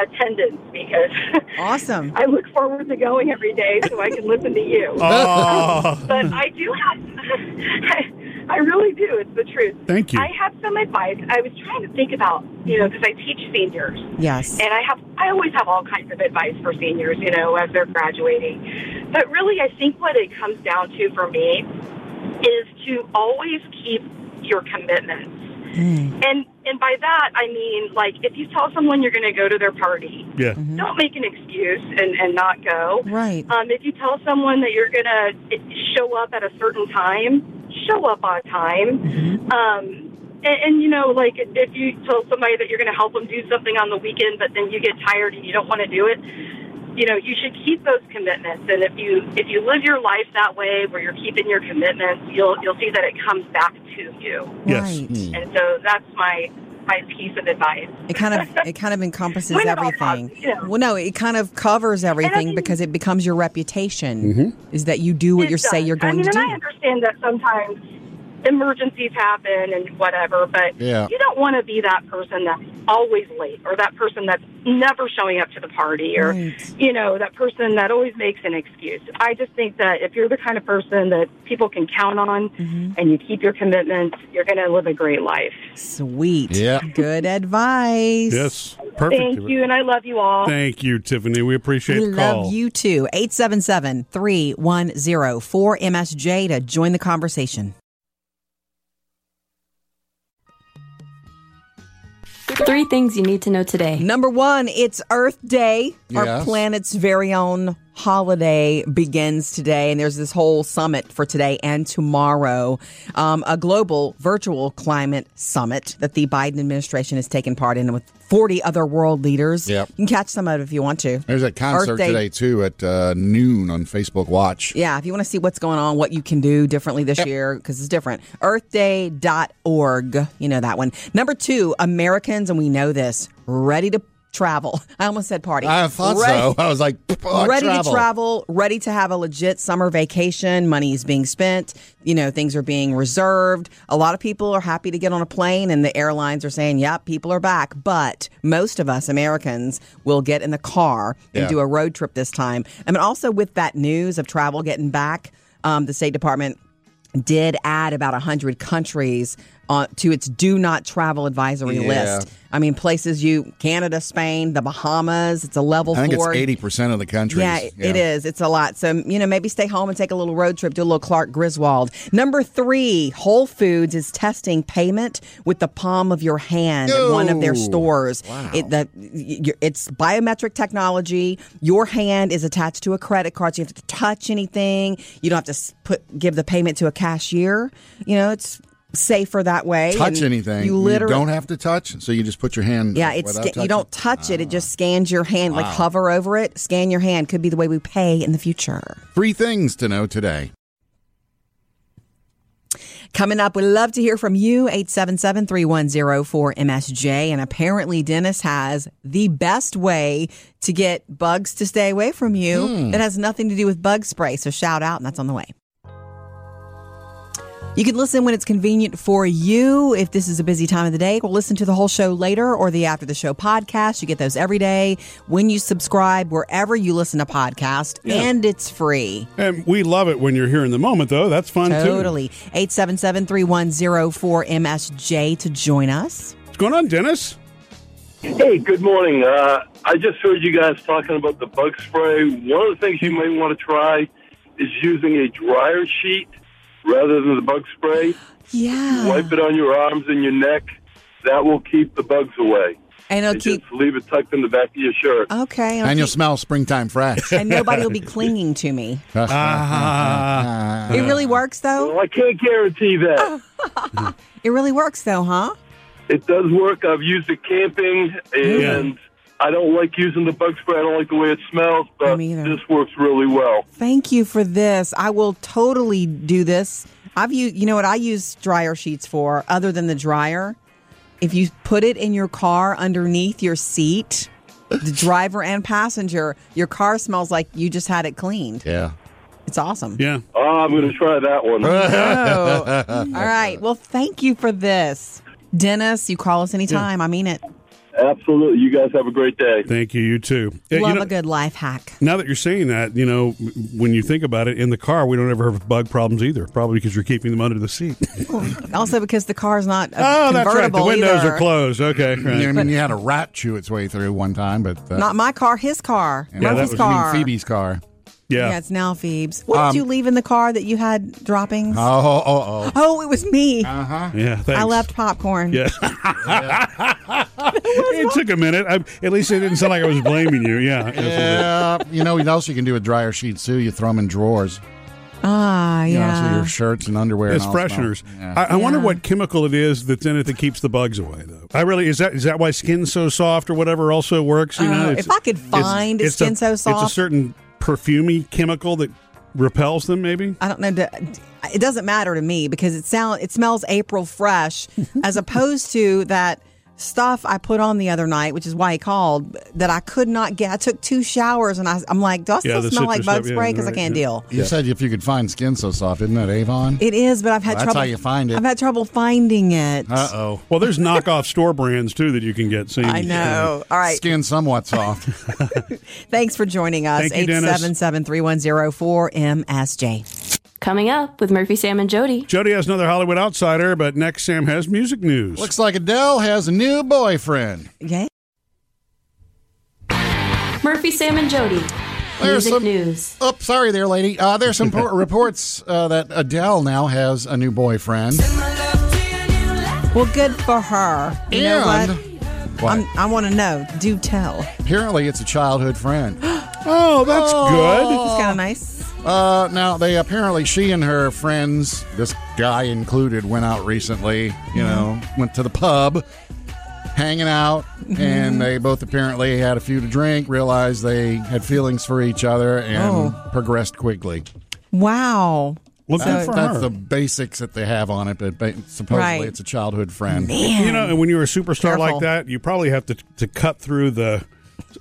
Speaker 5: attendance because
Speaker 2: Awesome.
Speaker 5: I look forward to going every day so I can listen to you.
Speaker 1: Aw.
Speaker 5: But I do have, I really do. It's the truth.
Speaker 1: Thank you.
Speaker 5: I have some advice. I was trying to think about, you know, because I teach seniors,
Speaker 2: Yes.
Speaker 5: and I have, I always have all kinds of advice for seniors, you know, as they're graduating. But really, I think what it comes down to for me is to always keep your commitments.
Speaker 1: Hmm.
Speaker 5: And and by that I mean like if you tell someone you're going to go to their party,
Speaker 1: yeah.
Speaker 2: Mm-hmm.
Speaker 5: don't make an excuse and, and not go.
Speaker 2: Right.
Speaker 5: Um, if you tell someone that you're going to show up at a certain time, show up on time. Um, and, and, you know, like if you tell somebody that you're going to help them do something on the weekend, but then you get tired and you don't want to do it, you know, you should keep those commitments. And if you if you live your life that way, where you're keeping your commitments, you'll you'll see that it comes back to you.
Speaker 1: Yes.
Speaker 2: Right.
Speaker 5: And so that's my my piece of advice.
Speaker 2: It kind of it kind of encompasses
Speaker 5: When it all
Speaker 2: everything.
Speaker 5: comes, yeah.
Speaker 2: Well, no, it kind of covers everything
Speaker 5: mean-
Speaker 2: because it becomes your reputation.
Speaker 1: Mm-hmm.
Speaker 2: Is that you do what
Speaker 5: It
Speaker 2: you say
Speaker 5: does.
Speaker 2: you're going
Speaker 5: I mean,
Speaker 2: to do?
Speaker 5: and I understand that sometimes emergencies happen and whatever, but
Speaker 3: Yeah.
Speaker 5: you don't want to be that person that's always late or that person that's never showing up to the party or,
Speaker 2: Right.
Speaker 5: you know, that person that always makes an excuse. I just think that if you're the kind of person that people can count on
Speaker 2: Mm-hmm.
Speaker 5: and you keep your commitments, you're going to live a great life.
Speaker 2: Sweet.
Speaker 3: Yeah.
Speaker 2: Good advice.
Speaker 1: Yes. Perfect.
Speaker 5: Thank you, and I love you all.
Speaker 1: Thank you, Tiffany. We appreciate
Speaker 2: We
Speaker 1: the call.
Speaker 2: love you too. 877 310 4MSJ to join the conversation.
Speaker 4: Three things you need to know today.
Speaker 2: Number one, it's Earth Day. Our
Speaker 3: Yes.
Speaker 2: planet's very own holiday begins today, and there's this whole summit for today and tomorrow um, a global virtual climate summit that the Biden administration has taken part in with 40 other world leaders.
Speaker 3: Yep.
Speaker 2: You can catch some of it if you want to.
Speaker 3: There's a concert
Speaker 2: Earth Day.
Speaker 3: today too at uh, noon on Facebook Watch.
Speaker 2: Yeah, if you want to see what's going on, what you can do differently this year, because it's different. Earthday.org. You know that one. Number two, Americans, and we know this, ready to travel. I almost said party.
Speaker 3: I thought
Speaker 2: Ready-
Speaker 3: so. I was like, "Oh,
Speaker 2: ready to travel, ready to have a legit summer vacation. Money is being spent. You know, things are being reserved. A lot of people are happy to get on a plane, and the airlines are saying, yep, people are back. But most of us Americans will get in the car and
Speaker 3: Yeah.
Speaker 2: do a road trip this time. I mean, also with that news of travel getting back, um, the State Department did add about 100 countries on, to its do not travel advisory
Speaker 3: Yeah.
Speaker 2: list. I mean, places you, Canada, Spain, the Bahamas, it's a level
Speaker 3: I think it's
Speaker 2: four.
Speaker 3: eighty percent of the country.
Speaker 2: Yeah, it- it is. It's a lot. So, you know, maybe stay home and take a little road trip, do a little Clark Griswold. Number three, Whole Foods is testing payment with the palm of your hand at one of their
Speaker 3: Ew.
Speaker 2: stores. It, the, y- y- it's biometric technology. Your hand is attached to a credit card, so you have to touch anything. You don't have to s- put give the payment to a cashier. You know, it's safer that way.
Speaker 3: Touch
Speaker 2: And
Speaker 3: anything.
Speaker 2: You literally
Speaker 3: don't have to touch, so you just put your hand.
Speaker 2: yeah, it's
Speaker 3: without
Speaker 2: sca- you
Speaker 3: touching. Ah.
Speaker 2: don't touch it; it just scans your hand. Like hover over it, scan your hand. Could be the way we pay in the future.
Speaker 3: Three things to know today.
Speaker 2: Coming up, we love to hear from you 877-310-4MSJ. And apparently, Dennis has the best way to get bugs to stay away from you. That has nothing to do with bug spray. So shout out, and that's on the way. You can listen when it's convenient for you. If this is a busy time of the day, we'll listen to the whole show later or the after the show podcast. You get those every day when you subscribe, wherever you listen to podcast, and it's free.
Speaker 1: And we love it when you're here in the moment, though. That's fun, too.
Speaker 2: Totally. 877 310 4MSJ to join us.
Speaker 1: What's going on, Dennis?
Speaker 6: Hey, good morning. Uh, I just heard you guys talking about the bug spray. One of the things you may want to try is using a dryer sheet rather than the bug spray.
Speaker 2: Yeah.
Speaker 6: Wipe it on your arms and your neck. That will keep the bugs away.
Speaker 2: And it'll
Speaker 6: And
Speaker 2: keep. Oh.
Speaker 6: just leave it tucked in the back of your shirt.
Speaker 2: Okay. it'll
Speaker 3: And you'll
Speaker 2: keep-
Speaker 3: smell springtime fresh.
Speaker 2: and nobody will be clinging to me. Uh-huh.
Speaker 3: Uh-huh.
Speaker 2: It really works, though.
Speaker 6: Well, I can't guarantee
Speaker 2: Oh.
Speaker 6: that.
Speaker 2: It really works, though, huh?
Speaker 6: It does work. I've used it camping, and I don't like using the bug spray. I don't like the way it smells, but
Speaker 2: Me neither.
Speaker 6: this works really well.
Speaker 2: Thank you for this. I will totally do this. I've used, you know what I use dryer sheets for other than the dryer? If you put it in your car underneath your seat, the driver and passenger, your car smells like you just had it cleaned.
Speaker 3: Yeah.
Speaker 2: It's awesome.
Speaker 1: Yeah.
Speaker 6: Oh, I'm going to try that one.
Speaker 2: Oh. All right. Well, thank you for this. Dennis, you call us anytime. I mean it.
Speaker 6: Absolutely. You guys have a great day.
Speaker 1: Thank you. You too. Yeah, you
Speaker 2: Love
Speaker 1: know-
Speaker 2: a good life hack.
Speaker 1: now that you're saying that, you know, when you think about it, in the car, we don't ever have bug problems either. Probably because you're keeping them under the seat.
Speaker 2: Also, because the car's not a
Speaker 1: oh, that's right. The
Speaker 2: convertible
Speaker 1: windows
Speaker 2: either.
Speaker 1: are closed. Okay.
Speaker 3: I mean,
Speaker 1: Right.
Speaker 3: you had a rat chew its way through one time, but uh,
Speaker 2: Not my car, his car.
Speaker 3: yeah,
Speaker 1: that
Speaker 2: Murphy's
Speaker 1: was-
Speaker 3: I mean,
Speaker 2: car.
Speaker 3: Phoebe's car.
Speaker 1: Yeah. Um,
Speaker 2: Yeah. it's now Phoebe's. What did you leave in the car that you had droppings?
Speaker 3: Oh, oh, oh.
Speaker 2: oh, it was me.
Speaker 1: Yeah. Uh, Thanks.
Speaker 2: I left popcorn.
Speaker 1: Yeah. it took a minute. I, at least it didn't sound like I was blaming you. Yeah.
Speaker 3: Yeah, you know what else you can do with dryer sheets too? You throw them in drawers.
Speaker 2: Ah,
Speaker 3: You know, so
Speaker 2: yeah.
Speaker 3: your shirts and underwear.
Speaker 1: It's
Speaker 3: and all smell.
Speaker 1: fresheners.
Speaker 3: Yeah.
Speaker 1: I, I wonder
Speaker 2: Yeah.
Speaker 1: what chemical it is that's in it that keeps the bugs away, though. I really is that is that why skin's so soft or whatever also works. You
Speaker 2: Oh,
Speaker 1: know,
Speaker 2: if I could find Skin
Speaker 1: a,
Speaker 2: So
Speaker 1: it's a
Speaker 2: Soft.
Speaker 1: certain perfumy chemical that repels them. Maybe
Speaker 2: I don't know. d- d- It doesn't matter to me because it sound it smells April fresh, as opposed to that stuff I put on the other night, which is why he called. That I could not get. I took two showers and I, I'm like, do I
Speaker 1: Yeah,
Speaker 2: still
Speaker 1: the
Speaker 2: smell like
Speaker 1: citrus
Speaker 2: bug
Speaker 1: stuff, yeah,
Speaker 2: spray? Because I
Speaker 1: right,
Speaker 2: can't
Speaker 1: yeah.
Speaker 2: deal.
Speaker 3: You said if you could find skin so soft, isn't it Avon?
Speaker 2: It is, but I've had
Speaker 3: Well, that's
Speaker 2: trouble.
Speaker 3: how you find it.
Speaker 2: I've had trouble finding it.
Speaker 3: Uh oh.
Speaker 1: Well, there's knockoff store brands too that you can get. So you-
Speaker 2: I know. All right.
Speaker 3: Skin somewhat soft.
Speaker 2: Thanks for joining us.
Speaker 1: Thank you, Dennis.
Speaker 2: 877-3104-MSJ.
Speaker 4: Coming up with Murphy, Sam, and Jody.
Speaker 1: Jody has another Hollywood outsider, but next Sam has music news.
Speaker 3: Looks like Adele has a new boyfriend.
Speaker 2: Yeah.
Speaker 4: Murphy, Sam, and Jody.
Speaker 3: There's
Speaker 4: Music
Speaker 3: some-
Speaker 4: news.
Speaker 3: Oh, sorry there, lady. Uh, there's some po- reports uh, that Adele now has a new boyfriend.
Speaker 2: Well, good for her. You know
Speaker 3: and
Speaker 2: what?
Speaker 3: What?
Speaker 2: I'm, I want to know. Do tell. It's
Speaker 3: apparently it's a childhood friend.
Speaker 1: oh, that's good.
Speaker 2: kind of nice.
Speaker 3: Uh, now they apparently she and her friends, this guy included, went out recently. You know, went to the pub, hanging out,
Speaker 1: Mm-hmm.
Speaker 3: and they both apparently had a few to drink. Realized they had feelings for each other and
Speaker 2: Oh.
Speaker 3: progressed quickly.
Speaker 2: Wow.
Speaker 1: Well, good for
Speaker 3: That's
Speaker 1: her.
Speaker 3: the basics that they have on it, but ba- supposedly
Speaker 2: Right.
Speaker 3: it's a childhood friend.
Speaker 1: You know, and when you're a superstar
Speaker 2: Careful.
Speaker 1: like that, you probably have to to cut through the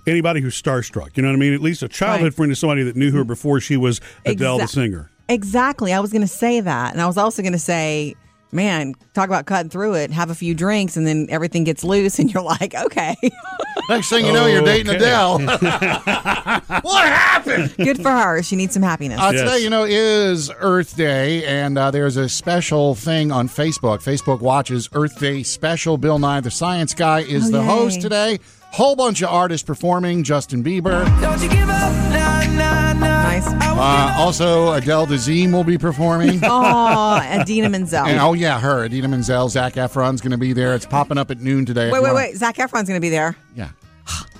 Speaker 1: anybody who's starstruck. You know what I mean? At least a childhood
Speaker 2: Right.
Speaker 1: friend is somebody that knew her before she was Adele the
Speaker 2: Exact-
Speaker 1: singer.
Speaker 2: Exactly. I was going to say that. And I was also going to say, man, talk about cutting through it, have a few drinks, and then everything gets loose, and you're like, okay,
Speaker 3: Next thing you know, you're dating
Speaker 1: Okay.
Speaker 3: Adele. what happened?
Speaker 2: good for her. She needs some happiness.
Speaker 3: Uh,
Speaker 1: Yes.
Speaker 3: Today, you know, is Earth Day, and uh, there's a special thing on Facebook. Facebook watches Earth Day special. Bill Nye, the science guy, is
Speaker 2: Oh,
Speaker 3: the
Speaker 2: yay.
Speaker 3: host today. Whole bunch of artists performing. Justin Bieber.
Speaker 2: nice.
Speaker 3: Uh, also, Adele Dazeem will be performing.
Speaker 2: Oh, Adina Menzel.
Speaker 3: And oh, yeah, her. Adina Menzel, Zach Efron's going to be there. It's popping up at noon today. if
Speaker 2: wait,
Speaker 3: you
Speaker 2: wait,
Speaker 3: wanna-
Speaker 2: wait. Zach Efron's going to be there.
Speaker 3: Yeah.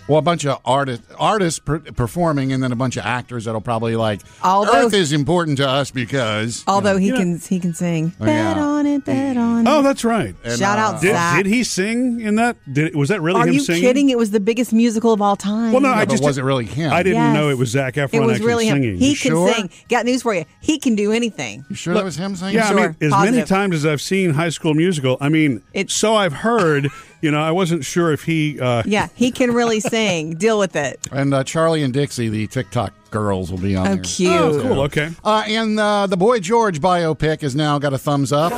Speaker 3: Well, a bunch of artist, artists per- performing, and then a bunch of actors that'll probably like.
Speaker 2: Although-
Speaker 3: Earth is important to us because.
Speaker 2: Although he can he can sing.
Speaker 3: Oh, yeah.
Speaker 2: bet on it, bet on it.
Speaker 1: Oh, that's right.
Speaker 2: Shout out
Speaker 1: Did,
Speaker 2: Zach.
Speaker 1: did he sing in that? Did was that really
Speaker 2: Are
Speaker 1: him
Speaker 2: you
Speaker 1: singing?
Speaker 2: kidding? It was the biggest musical of all time.
Speaker 1: Well, no, I
Speaker 3: but
Speaker 1: just
Speaker 3: was it really him?
Speaker 1: I didn't
Speaker 2: Yes.
Speaker 1: know it was Zach Efron
Speaker 2: It was
Speaker 1: actually
Speaker 2: really
Speaker 1: singing.
Speaker 2: him. He can
Speaker 3: sure?
Speaker 2: sing. Got news for you. He can do anything.
Speaker 3: You sure that was him singing?
Speaker 1: yeah, I mean,
Speaker 2: Sure,
Speaker 1: as many
Speaker 2: positive.
Speaker 1: times as I've seen High School Musical, I mean,
Speaker 2: It-
Speaker 1: so I've heard. You know, I wasn't sure if he. Uh,
Speaker 2: Yeah, he can really sing. Deal with it.
Speaker 3: And uh, Charlie and Dixie, the TikTok girls, will be on
Speaker 2: Oh,
Speaker 3: there.
Speaker 2: cute.
Speaker 1: Oh, cool. Okay.
Speaker 3: Uh, and uh, the Boy George biopic has now got a thumbs up.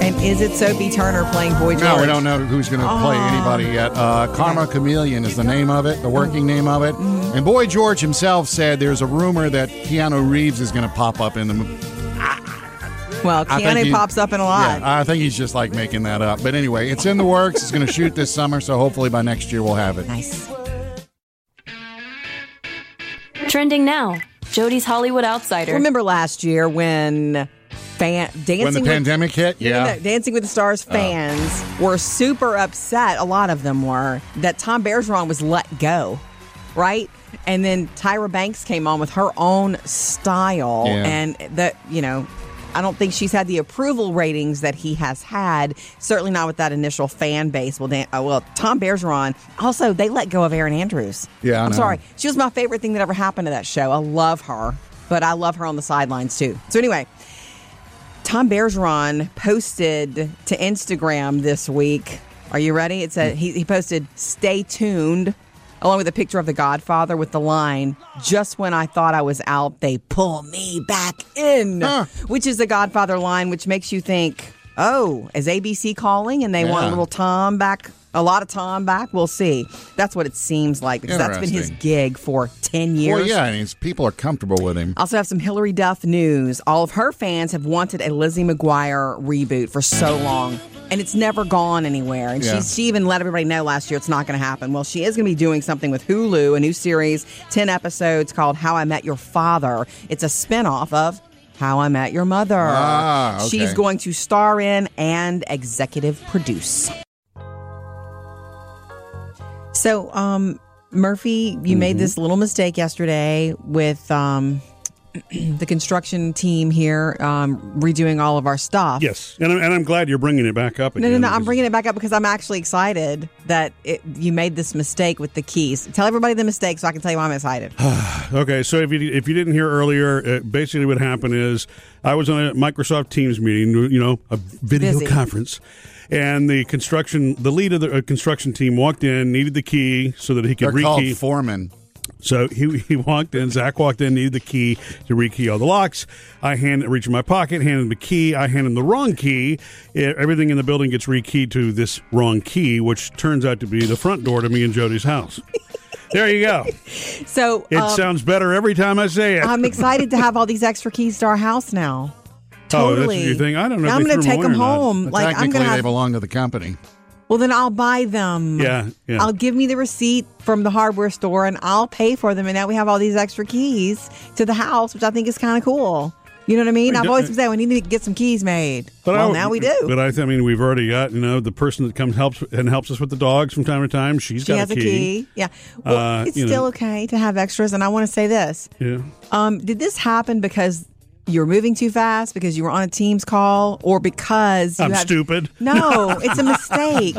Speaker 2: And is it Sophie Turner playing Boy George?
Speaker 3: No, we don't know who's going to play
Speaker 2: Ah.
Speaker 3: anybody yet. Uh, Karma Chameleon is the name of it, the working name of it.
Speaker 2: Mm-hmm.
Speaker 3: And Boy George himself said there's a rumor that Keanu Reeves is going to pop up in the movie.
Speaker 2: Well,
Speaker 3: I think
Speaker 2: Keanu
Speaker 3: he-
Speaker 2: pops up in a lot.
Speaker 3: Yeah, I think he's just like making that up. But anyway, it's in the works. It's going to shoot this summer, so hopefully by next year we'll have it.
Speaker 2: nice.
Speaker 4: Trending now. Jody's Hollywood Outsider.
Speaker 2: Remember last year when fan dancing
Speaker 3: When the
Speaker 2: with-
Speaker 3: pandemic hit,
Speaker 2: No, no,
Speaker 3: yeah. Oh.
Speaker 2: no. Dancing with the Stars fans were super upset. A lot of them were that Tom Bergeron was let go, right? And then Tyra Banks came on with her own style,
Speaker 3: Yeah.
Speaker 2: and that you know, I don't think she's had the approval ratings that he has had. Certainly not with that initial fan base. Well, Dan, uh, well, Tom Bergeron. Also, they let go of Erin Andrews.
Speaker 3: Yeah, I
Speaker 2: I'm
Speaker 3: know.
Speaker 2: sorry. She was my favorite thing that ever happened to that show. I love her, but I love her on the sidelines too. So anyway, Tom Bergeron posted to Instagram this week. Are you ready? It said he, he posted, "Stay tuned," along with a picture of The Godfather with the line, "Just when I thought I was out, they pull me back in,"
Speaker 3: Huh.
Speaker 2: which is the Godfather line, which makes you think, "Oh, is ABC calling?" And they want a
Speaker 3: Yeah.
Speaker 2: little Tom back, a lot of Tom back. We'll see. That's what it seems like because that's been his
Speaker 3: Interesting.
Speaker 2: gig for ten years.
Speaker 3: Well, yeah, and he's, people are comfortable with him.
Speaker 2: I also have some Hillary Duff news. All of her fans have wanted a Lizzie McGuire reboot for so long, and it's never gone anywhere. And
Speaker 3: Yeah.
Speaker 2: she's, she even let everybody know last year it's not going to happen. Well, she is going to be doing something with Hulu, a new series, 10 episodes called How I Met Your Father. It's a spinoff of How I Met Your Mother.
Speaker 3: Ah, okay.
Speaker 2: She's going to star in and executive produce. So, um, Murphy, you
Speaker 1: Mm-hmm.
Speaker 2: made this little mistake yesterday with um, the construction team here um, redoing all of our stuff.
Speaker 1: Yes, and I'm, and I'm glad you're bringing it back up.
Speaker 2: No,
Speaker 1: Again
Speaker 2: no, no. I'm
Speaker 1: because-
Speaker 2: bringing it back up because I'm actually excited that it, you made this mistake with the keys. Tell everybody the mistake so I can tell you why I'm excited.
Speaker 1: Okay, so if you if you didn't hear earlier, uh, basically what happened is I was on a Microsoft Teams meeting, you know, a video
Speaker 2: Busy.
Speaker 1: conference, and the construction the lead of the uh, construction team walked in, needed the key so that he
Speaker 3: They're
Speaker 1: could rekey.
Speaker 3: called foreman.
Speaker 1: So he, he walked in. Zach walked in, needed the key to rekey all the locks. I hand reach in my pocket, hand him the key. I hand him the wrong key. Eh, everything in the building gets rekeyed to this wrong key, which turns out to be the front door to me and Jody's house. There you go.
Speaker 2: So
Speaker 1: It
Speaker 2: um,
Speaker 1: sounds better every time I say it.
Speaker 2: I'm excited to have all these extra keys to our house now.
Speaker 1: Oh,
Speaker 2: Totally.
Speaker 1: that's what you think? I don't know if
Speaker 2: Now I'm
Speaker 1: they
Speaker 2: going
Speaker 1: threw
Speaker 2: to
Speaker 1: 'em
Speaker 2: take
Speaker 1: away
Speaker 2: them
Speaker 1: or not.
Speaker 2: home.
Speaker 3: But
Speaker 2: Like I'm
Speaker 3: technically,
Speaker 2: going to
Speaker 3: they
Speaker 2: have
Speaker 3: belong to the company.
Speaker 2: Well, then I'll buy them.
Speaker 1: Yeah, yeah.
Speaker 2: I'll give me the receipt from the hardware store and I'll pay for them. And now we have all these extra keys to the house, which I think is kind of cool. You know what I mean?
Speaker 1: Wait,
Speaker 2: I've
Speaker 1: don't-
Speaker 2: always been saying we need to get some keys made. well,
Speaker 1: I-
Speaker 2: now we do.
Speaker 1: But I, I mean, we've already got you know the person that comes helps and helps us with the dogs from time to time. She's
Speaker 2: she
Speaker 1: got
Speaker 2: has a key. Yeah. Well,
Speaker 1: Uh,
Speaker 2: it's
Speaker 1: you know.
Speaker 2: still okay to have extras. And I want to say this
Speaker 1: Yeah.
Speaker 2: um, Did this happen because you were moving too fast, because you were on a Teams call, or because you
Speaker 1: I'm
Speaker 2: had-
Speaker 1: stupid.
Speaker 2: No, it's a mistake.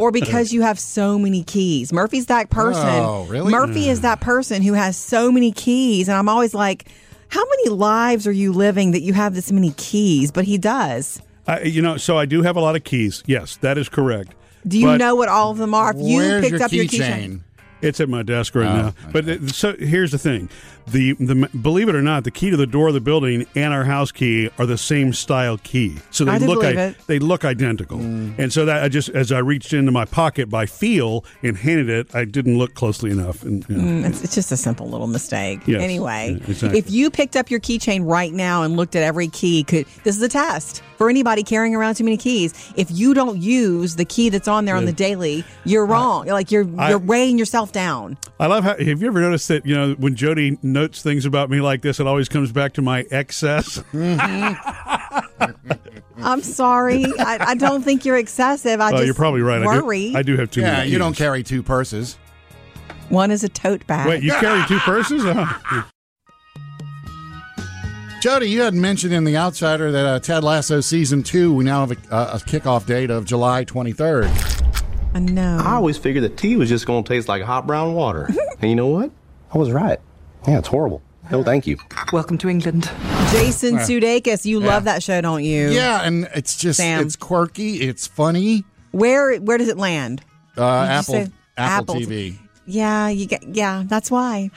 Speaker 2: or because you have so many keys. Murphy's that person.
Speaker 3: Oh, really?
Speaker 2: Murphy is that person who has so many keys. And I'm always like, how many lives are you living that you have this many keys? But he does.
Speaker 1: I, you know, so I do have a lot of keys. Yes, that is correct.
Speaker 2: Do you
Speaker 1: But
Speaker 2: know what all of them are? If you
Speaker 3: Where's
Speaker 2: picked
Speaker 3: your
Speaker 2: up your
Speaker 3: keychain?
Speaker 2: keychain.
Speaker 1: It's at my desk right now.
Speaker 3: okay.
Speaker 1: But it, so here's the thing: the the believe it or not, the key to the door of the building and our house key are the same style key. So they
Speaker 2: I do
Speaker 1: look
Speaker 2: believe it. Mm.
Speaker 1: they look identical. And so that I just as I reached into my pocket by feel and handed it, I didn't look closely enough. And you know.
Speaker 2: It's, it's just a simple little mistake.
Speaker 1: Yes.
Speaker 2: anyway,
Speaker 1: Yeah, exactly.
Speaker 2: if you picked up your keychain right now and looked at every key, could this is a test for anybody carrying around too many keys. If you don't use the key that's on there on the daily, you're wrong. like you're
Speaker 1: I-
Speaker 2: you're weighing yourself down.
Speaker 1: I love how. Have you ever noticed that you know when Jody notes things about me like this, it always comes back to my excess.
Speaker 2: I'm sorry. I, I don't think you're excessive. I
Speaker 1: Oh,
Speaker 2: just
Speaker 1: you're probably right.
Speaker 2: Worry.
Speaker 1: I do, I do have two.
Speaker 3: Yeah, you don't carry two purses.
Speaker 2: One is a tote bag.
Speaker 1: Wait, you carry two purses? Uh-huh. Huh?
Speaker 3: Jody, you had mentioned in The Outsider that uh, Ted Lasso season two, we now have a, uh, a kickoff date of July 23rd.
Speaker 2: I know.
Speaker 7: I always figured that tea was just going to taste like hot brown water. and you know what? I was right. Yeah, it's horrible. No, thank you.
Speaker 8: Welcome to England.
Speaker 2: Jason Sudeikis, you love that show, don't you?
Speaker 3: Yeah, and it's just,
Speaker 2: Sam.
Speaker 3: it's quirky, it's funny.
Speaker 2: Where Where does it land?
Speaker 3: Uh, Apple,
Speaker 2: say- Apple.
Speaker 3: Apple, TV.
Speaker 2: Yeah, you get. Yeah, that's why.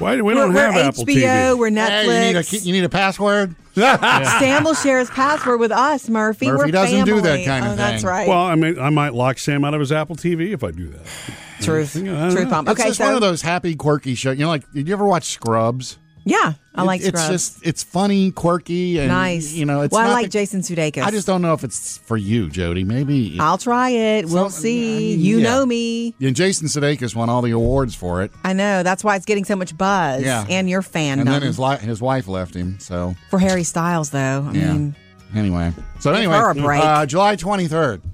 Speaker 1: Why we
Speaker 2: We're,
Speaker 1: don't
Speaker 2: we're
Speaker 1: have Apple
Speaker 2: HBO.
Speaker 1: TV?
Speaker 2: We're Netflix.
Speaker 3: Hey, you need, a, key- you need a password?
Speaker 2: Sam will share his password with us, Murphy.
Speaker 3: Murphy
Speaker 2: We're
Speaker 3: doesn't do
Speaker 2: family.
Speaker 3: that kind of
Speaker 2: oh, That's
Speaker 3: thing.
Speaker 2: right.
Speaker 1: Well, I mean, I might lock Sam out of his Apple TV if I do that.
Speaker 2: truth,
Speaker 1: don't
Speaker 2: truth
Speaker 1: know.
Speaker 2: bomb.
Speaker 3: It's
Speaker 2: Okay,
Speaker 3: just
Speaker 2: so
Speaker 3: one of those happy, quirky shows. You know, like, did you ever watch Scrubs?
Speaker 2: yeah, I
Speaker 3: It-
Speaker 2: like
Speaker 3: It's
Speaker 2: Scrubs.
Speaker 3: just, it's funny, quirky, and,
Speaker 2: nice.
Speaker 3: you know, it's
Speaker 2: well, I
Speaker 3: not
Speaker 2: like
Speaker 3: the-
Speaker 2: Jason Sudeikis.
Speaker 3: I just don't know if it's for you, Jody. Maybe.
Speaker 2: I'll try it. We'll
Speaker 3: So-
Speaker 2: see.
Speaker 3: I-
Speaker 2: you
Speaker 3: yeah.
Speaker 2: know me.
Speaker 3: and Jason Sudeikis won all the awards for it,
Speaker 2: I know. That's why it's getting so much buzz.
Speaker 3: Yeah.
Speaker 2: And your
Speaker 3: and
Speaker 2: fandom.
Speaker 3: then his li- his wife left him. So
Speaker 2: For Harry Styles, though. I
Speaker 3: yeah.
Speaker 2: mean,
Speaker 3: anyway, so anyway,
Speaker 2: her a break.
Speaker 3: Uh, July twenty third.